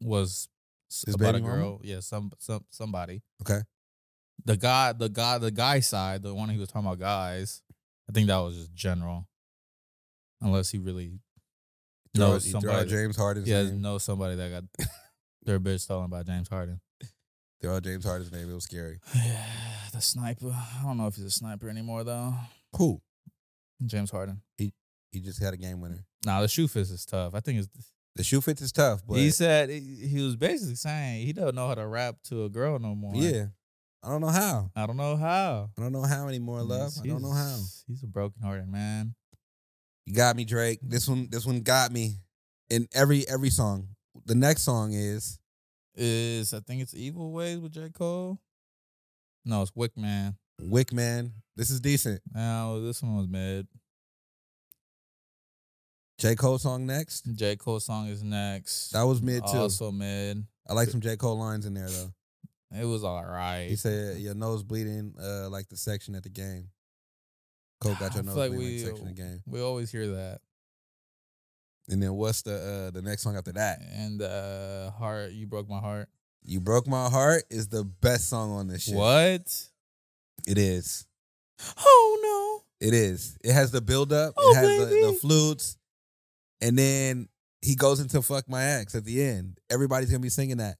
was s-
His
about a
baby mama?
girl. Yeah, some some somebody.
Okay.
The guy, the guy, the guy side, the one he was talking about guys. I think that was just general. Unless he really
Throw-
knows
he throw out
somebody.
James Harden's
yeah,
name.
knows somebody that got their bitch stolen by James Harden.
Throw out James Harden's name. It was scary.
Yeah, the sniper. I don't know if he's a sniper anymore though.
Who?
James Harden.
He just had a game winner.
Nah, the shoe fist is tough. I think it's
The shoe fits is tough, but
he said he he was basically saying he don't know how to rap to a girl no more.
yeah. I don't know how.
I don't know how.
I don't know how anymore, love. I don't know how.
He's- He's a broken hearted man.
You got me, Drake. This one, this one got me. In every every song. The next song is
Is I think it's Evil Ways with J Cole. No, it's Wick Man.
Wick Man. This is decent.
Now this one was mid.
J Cole song next.
J Cole song is next.
That was mid too.
Also mid.
I like some J Cole lines in there though.
It was all right.
He said your nose bleeding, uh, like the section at the game. Cole got your
I feel
nose
like
bleeding
we- uh,
like section at the game.
we always hear that.
And then what's the uh the next song after that?
And uh heart, you broke my heart.
You broke my heart is the best song on this shit.
What?
It is.
Oh no.
It is. It has the build up.
Oh,
it has the, the
baby.
flutes, and then he goes into "fuck my ex" at the end. Everybody's gonna be singing that.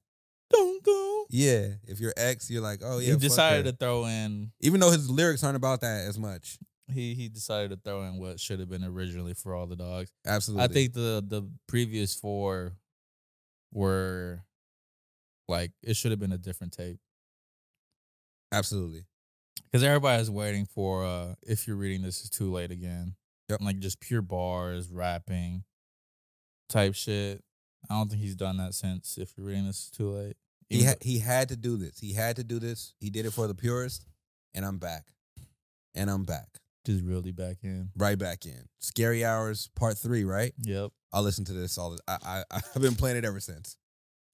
Don't go.
Yeah, if your ex, you're like, oh yeah.
he
fuck
decided
her.
to throw in
even though his lyrics aren't about that as much.
he he decided to throw in what should have been originally for all the dogs.
Absolutely,
I think the the previous four were like it should have been a different tape
absolutely.
because everybody's waiting for uh if you're reading this is too late again.
Yep.
Like just pure bars, rapping type shit. I don't think he's done that since if you're reading this is too late.
He
Even
ha- he had to do this. He had to do this. He did it for the purist, and I'm back, and I'm back,
though just really back in.
right back in. Scary Hours Part Three, right?
Yep.
I listened to this all. The- I I I've been playing it ever since.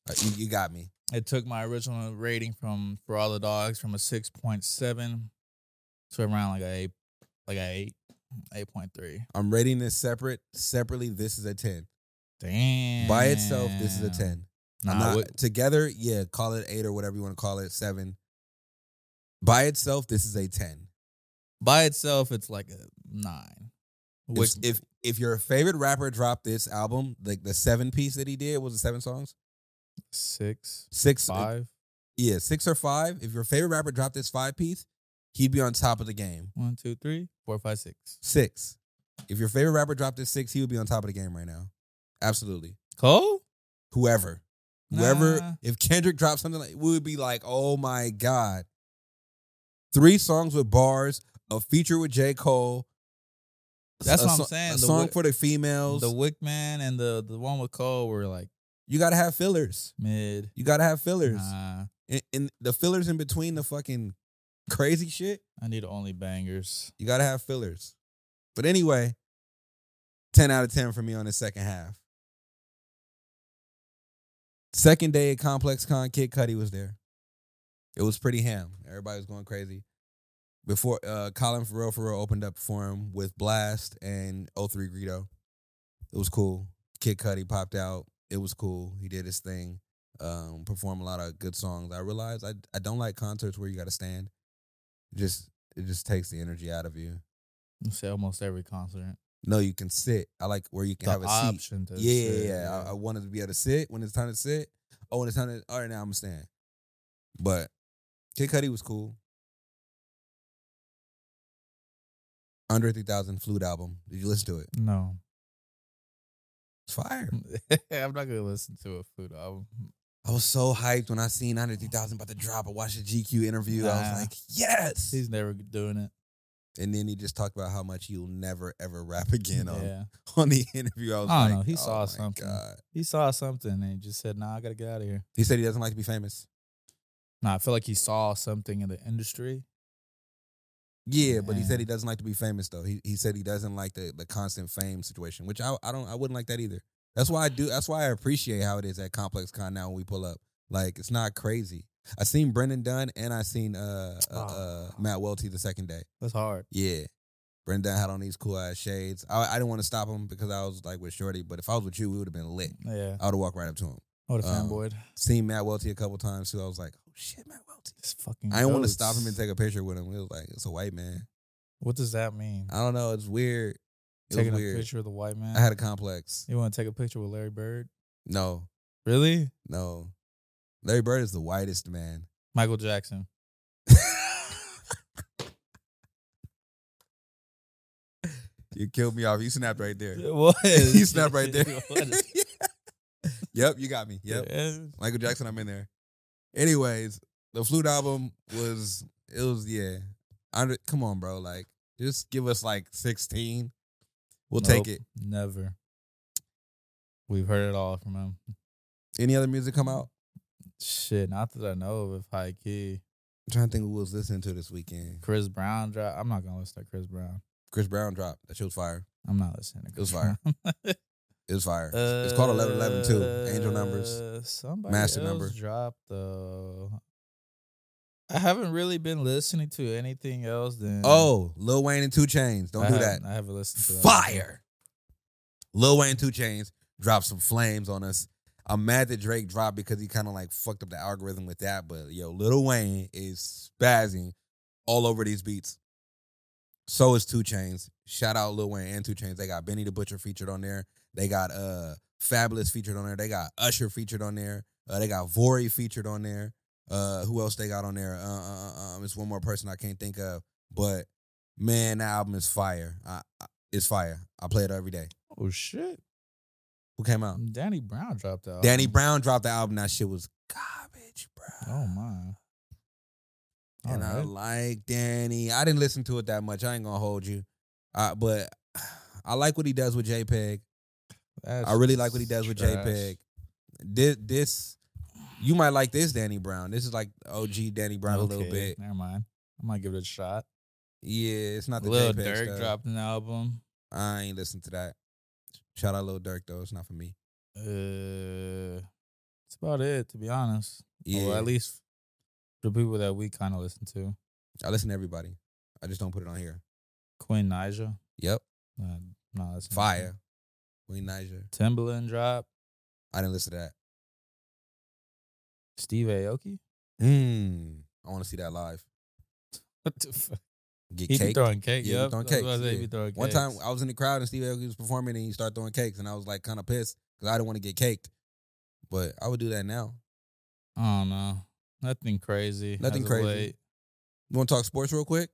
Uh, you, you got me.
it took my original rating from for all the dogs from a six point seven to around like a eight, like a eight, eight point three.
I'm rating this separate. Separately, this is a ten.
Damn.
By itself, this is a ten.
Nah,
I'm not-
what-
together, yeah, call it eight or whatever you want to call it, seven. By itself, this is a ten.
by itself, it's like a nine. Which
If, if if your favorite rapper dropped this album, like the seven piece that he did was it seven songs,
six,
six, uh,
five,
yeah, six or five. If your favorite rapper dropped this five piece, he'd be on top of the game.
one, two, three, four, five, six.
Six. If your favorite rapper dropped this six, he would be on top of the game right now. Absolutely.
Cole?
Whoever, whoever.
Nah.
If Kendrick dropped something like, we would be like, oh my god. Three songs with bars, a feature with J Cole.
That's
a
what I'm
so-
saying.
A
The
song
wi-
for the females.
The Wickman and the the one with Cole were like
you gotta have fillers.
mid.
You gotta have fillers.
Nah,
and, and the fillers in between the fucking crazy shit,
I need only bangers.
you gotta have fillers. But anyway, 10 out of 10 for me on the second half. Second day at Complex Con, Kid Cudi was there. It was pretty ham. Everybody was going crazy. Before uh, Colin Farrell Farrell opened up for him oh with Blast and O3 Greedo. It was cool. Kid Cudi popped out. It was cool. He did his thing. Um, performed a lot of good songs. I realized I I don't like concerts where you got to stand. Just it just takes the energy out of you.
You say almost every concert.
No, you can sit. I like where you can
The
have a seat.
option to
Yeah, yeah,
sit,
yeah. I, I wanted to be able to sit when it's time to sit. Oh, when it's time to all right now I'm gonna stand. But Kid Cudi was cool. Andre 3000 flute album. Did you listen to it?
no,
It's fire.
I'm not gonna listen to a food album.
I was so hyped when I seen Andre 3000 about to drop. I watched the GQ interview. I
Nah.
was like, yes.
He's never doing it.
And then he just talked about how much he'll never ever rap again on,
yeah,
on the interview. I was
I don't
like,
know. He
oh
saw
my
something.
God.
he saw something and he just said, "Nah, I gotta get out of here."
He said he doesn't like to be famous.
Nah, I feel like he saw something in the industry.
Yeah, but he
Yeah.
said he doesn't like to be famous though. He he said he doesn't like the, the constant fame situation, which I I don't I wouldn't like that either. That's why I do that's why I appreciate how it is at Complex Con now when we pull up. Like it's not crazy. I seen Brendan Dunn and I seen uh, uh, uh
Ah.
Matt Welty the second day.
That's hard.
Yeah. Brendan had on these cool ass shades. I I didn't want to stop him because I was like with Shorty, but if I was with you, we would have been lit.
Yeah,
I would have walked right up to him.
what a
Um,
fanboy.
Seen Matt Welty a couple times too. I was like, oh shit, Matt Welty.
This fucking.
I didn't want to
goats.
stop him and take a picture with him. It was like, it's a white man.
What does that mean?
I don't know. It's weird. It
Taking a
was weird.
picture of the white man.
I had a complex.
you want to take a picture with Larry Bird?
No,
Really?
no. Larry Bird is the whitest man.
Michael Jackson.
you killed me off. You snapped right there.
What?
you snapped right there. yep, you got me. Yep. Michael Jackson, I'm in there. Anyways, the flute album was it was yeah. Andre, come on, bro. Like, just give us like 16. We'll take it.
Never. We've heard it all from him.
Any other music come out?
Shit, not that I know of. If high key,
I'm trying to think who was listening to this weekend.
Chris Brown drop. I'm not gonna listen to Chris Brown.
Chris Brown dropped. That shit was fire.
I'm not listening to
It was
Chris Brown.
It was fire. it's called 1111 too. Angel numbers.
Uh, Somebody
Master
else
number.
dropped though. I haven't really been listening to anything else than
Oh, Lil Wayne and Two Chains. Don't
I
do that.
haven't- I haven't listened to that.
Fire. Lil Wayne and Two Chains dropped some flames on us. I'm mad that Drake dropped because he kind of like fucked up the algorithm with that. But yo, Lil Wayne is spazzing all over these beats. So is Two Chains. Shout out Lil Wayne and Two Chains. They got Benny the Butcher featured on there. They got uh Fabulous featured on there. They got Usher featured on there. Uh, they got Vori featured on there. Uh, who else they got on there? Uh, uh, uh, um, it's one more person I can't think of. But man, that album is fire. I, I, it's fire. I play it every day.
Oh shit! Um,
Who came out?
Danny Brown dropped out.
Danny Brown dropped the album. That shit was garbage, bro.
um, Oh my.
and uh, I
Alright.
like Danny. I didn't listen to it that much. I ain't gonna hold you, uh, but I like what he does with JPEG.
That's
I really like what he does with
trash.
JPEG. This, this, you might like this Danny Brown. This is like OG Danny Brown a
Okay,
little bit.
Never mind. I might give it a shot.
Yeah, it's not the
Lil
JPEG
Durk
stuff.
dropped an album.
I ain't listen to that. Shout out Lil Durk though. It's not for me.
Uh, that's about it, to be honest.
Yeah,
Or at least the people that we kind of listen to.
I listen to everybody. I just don't put it on here.
Queen Nija.
Yep,
Uh, no, that's
fire. Queen Niger.
Timbaland drop.
I didn't listen to that.
Steve Aoki.
Mm. I want to see that live.
What the fuck?
Get
He be
cake.
throwing cake.
Yeah, he be
yep.
throwing
That's what I
cakes,
said, he
yeah.
be throwing
One time
cakes.
I was in the crowd and Steve Aoki was performing and he started throwing cakes and I was like kind of pissed because I didn't want to get caked. But I would do that now.
I don't know. Nothing crazy.
Nothing
as of
crazy.
late.
You want to talk sports real quick?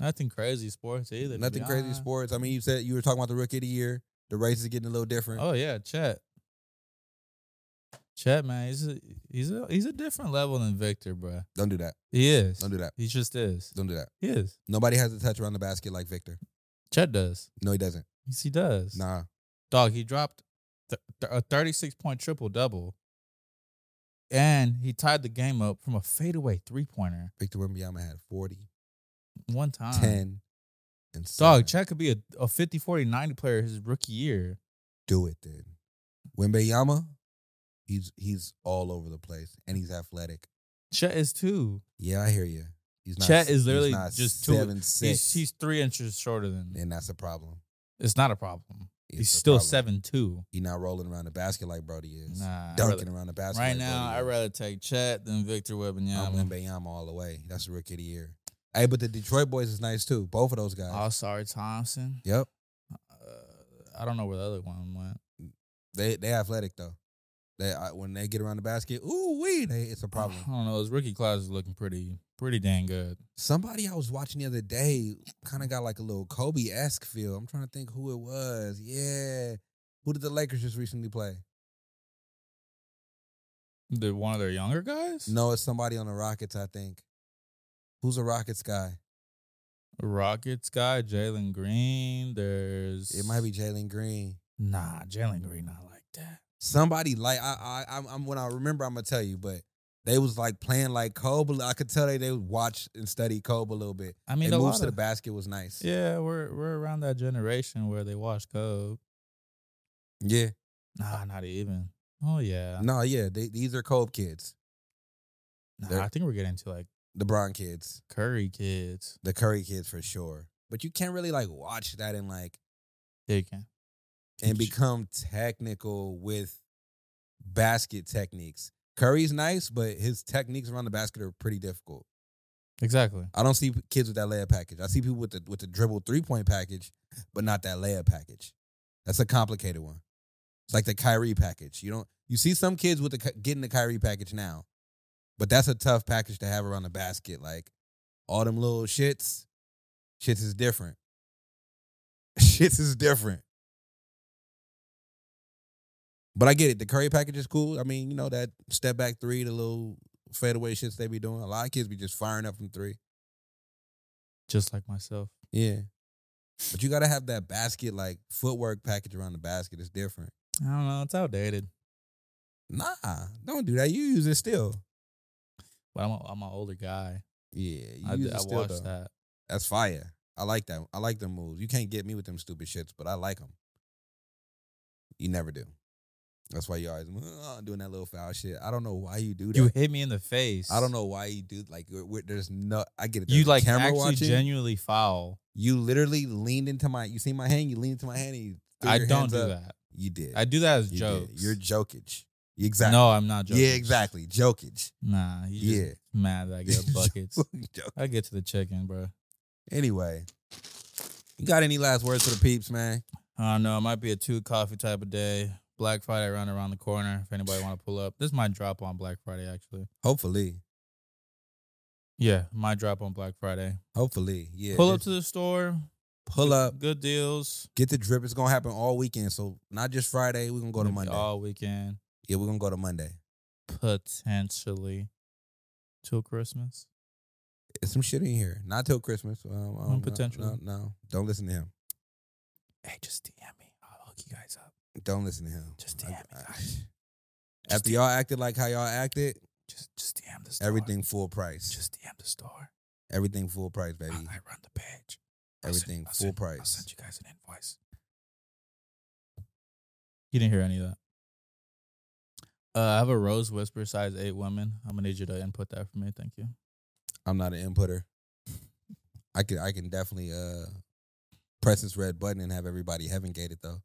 Nothing crazy sports either. to be
Nothing crazy
honest.
sports. I mean, you said you were talking about the rookie of the year. The race is getting a little different.
Oh yeah, Chet. Chet, man, he's a he's a he's a different level than Victor, bruh.
Don't do that.
He is.
Don't do that.
He just is.
Don't do that.
He is.
Nobody has a touch around the basket like Victor.
Chet does.
No, he doesn't.
Yes, he does.
Nah.
Dog, he dropped th- th- a 36 point triple double. And he tied the game up from a fadeaway three pointer
Victor Wembanyama had 40,
one time.
10, and
Dog,
seven.
Chet could be a, a 50, 40, 90 player his rookie year.
do it then. Wembanyama, he's he's all over the place and he's athletic.
Chet is two.
Yeah, I hear you. He's not.
Chet is
he's
literally
not
just two-
seven six,
He's, he's three inches shorter than
and that's a problem.
It's not a problem. He's still
seven.
seven two.
He's not rolling around the basket like Brody is.
Nah, I'd
Dunking
rather-
around the basket.
right
like
now,
Brody
I'd
is.
rather take Chet than Victor
I'm
Webanyama.
Wembenyama all the way. That's the rookie of the year. Hey, but the Detroit boys is nice too. Both of those guys.
All Star Thompson.
Yep.
Uh, I don't know where the other one went.
They they athletic though. They I, when they get around the basket, ooh wee, they, it's a problem.
I don't know. His rookie class is looking pretty, pretty dang good.
Somebody I was watching the other day kind of got like a little Kobe esque feel. I'm trying to think who it was. Yeah, who did the Lakers just recently play?
The one of their younger guys.
No, it's somebody on the Rockets. I think. Who's a Rockets guy?
Rockets guy Jalen Green. There's
It might be Jalen Green.
Nah, Jalen Green not like that.
somebody like I I I'm, I'm when I remember I'm gonna tell you, but they was like playing like Kobe. I could tell they they watched and studied Kobe a little bit.
I mean,
they
a
moves to
lot
the
of,
basket was nice.
Yeah, we're we're around that generation where they watch Kobe.
yeah.
Nah, not even. Oh yeah.
No, yeah. They, these are Kobe kids, they're-
Nah, I think we're getting to like
LeBron kids,
Curry kids.
the Curry kids for sure. But you can't really like watch that and like
They can.
and
Sh-
become technical with basket techniques. Curry's nice, but his techniques around the basket are pretty difficult.
Exactly.
I don't see kids with that layup package. I see people with the with the dribble three point package, but not that layup package. That's a complicated one. It's like the Kyrie package. You don't you see some kids with the Ky- getting the Kyrie package now, but that's a tough package to have around the basket. Like all them little shits, shits is different. shits is different. But I get it. The Curry package is cool. I mean, you know that step back three, the little fadeaway shits they be doing. A lot of kids be just firing up from three.
Just like myself.
Yeah. But you gotta have that basket, like footwork package around the basket. It's different.
I don't know. It's outdated.
Nah, don't do that. You use it still.
But I'm a, I'm an older guy.
Yeah, you
I,
use
I
it still.
watched
Though.
that.
That's fire. I like that. I like them moves. You can't get me with them stupid shits, but I like them. You never do. That's why you always "Uh, doing that little foul shit. I don't know why you do that.
You hit me in the face.
I don't know why you do like. We're, we're- there's no. I get it.
You
There's
like
camera
actually
watching.
genuinely foul.
you literally leaned into my. You see my hand. You leaned into my hand. And you threw
I
your
don't
hands
do
up.
that.
You did.
I do that as
You did.
jokes.
You're jokage. Exactly.
No, I'm not joking.
Yeah, exactly. Jokage.
Nah, you just
Yeah.
mad that I get buckets.
Joke-
I get to the chicken, bro.
anyway, you got any last words for the peeps, man?
I don't know. It might be a two coffee type of day. Black Friday around around the corner. If anybody want to pull up, this might drop on Black Friday actually.
Hopefully.
Yeah, might drop on Black Friday.
Hopefully. Yeah.
pull up
just
to the store.
pull up.
Good deals.
Get the drip. It's gonna happen all weekend. So not just Friday. We're gonna go to
Maybe
Monday.
all weekend
yeah, we're gonna go to Monday.
potentially till Christmas.
It's some shit in here. Not till Christmas. Um, um, no,
potentially.
No, no. Don't listen to him.
Hey, just DM me. I'll hook you guys up.
Don't listen to him.
Just
I-
DM me,
I-
guys.
After y'all acted like how y'all acted,
Just just DM the store.
everything full price.
Just DM the store.
everything full price,
I,
baby.
I run the page. I'll send-
everything
I'll
full
send- I'll
price.
send you guys an invoice. You didn't hear any of that. Uh, I have a rose whisper size eight woman. I'm gonna need you to input that for me. Thank you.
I'm not an inputter. I can I can definitely uh press this red button and have everybody heaven gated though.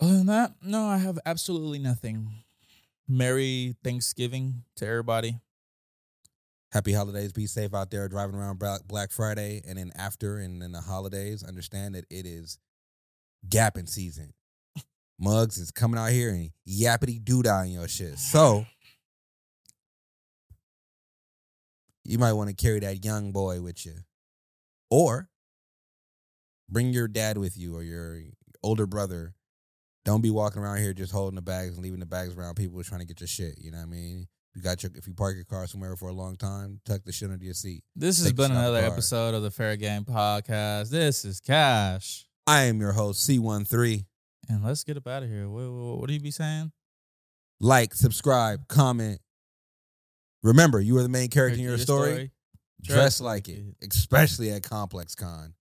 Other than that, no, I have absolutely nothing. Merry Thanksgiving to everybody.
Happy holidays. Be safe out there driving around Bla- Black Friday and then after and then the holidays. Understand that it is gapping season. Mugs is coming out here and yappity doodah in your shit. So you might want to carry that young boy with you. Or bring your dad with you or your older brother. Don't be walking around here just holding the bags and leaving the bags around people trying to get your shit. You know what I mean? You got your if you park your car somewhere for a long time, tuck the shit under your seat.
This has
Thank you,
been
Snapple
another
Bar.
episode of the Fair Game Podcast. This is Cash,
I am your host, C13.
and let's get up out of here. What, what, what do you be saying?
Like, subscribe, comment. Remember, you are the main character in your story. Dress like it, especially at Complex Con.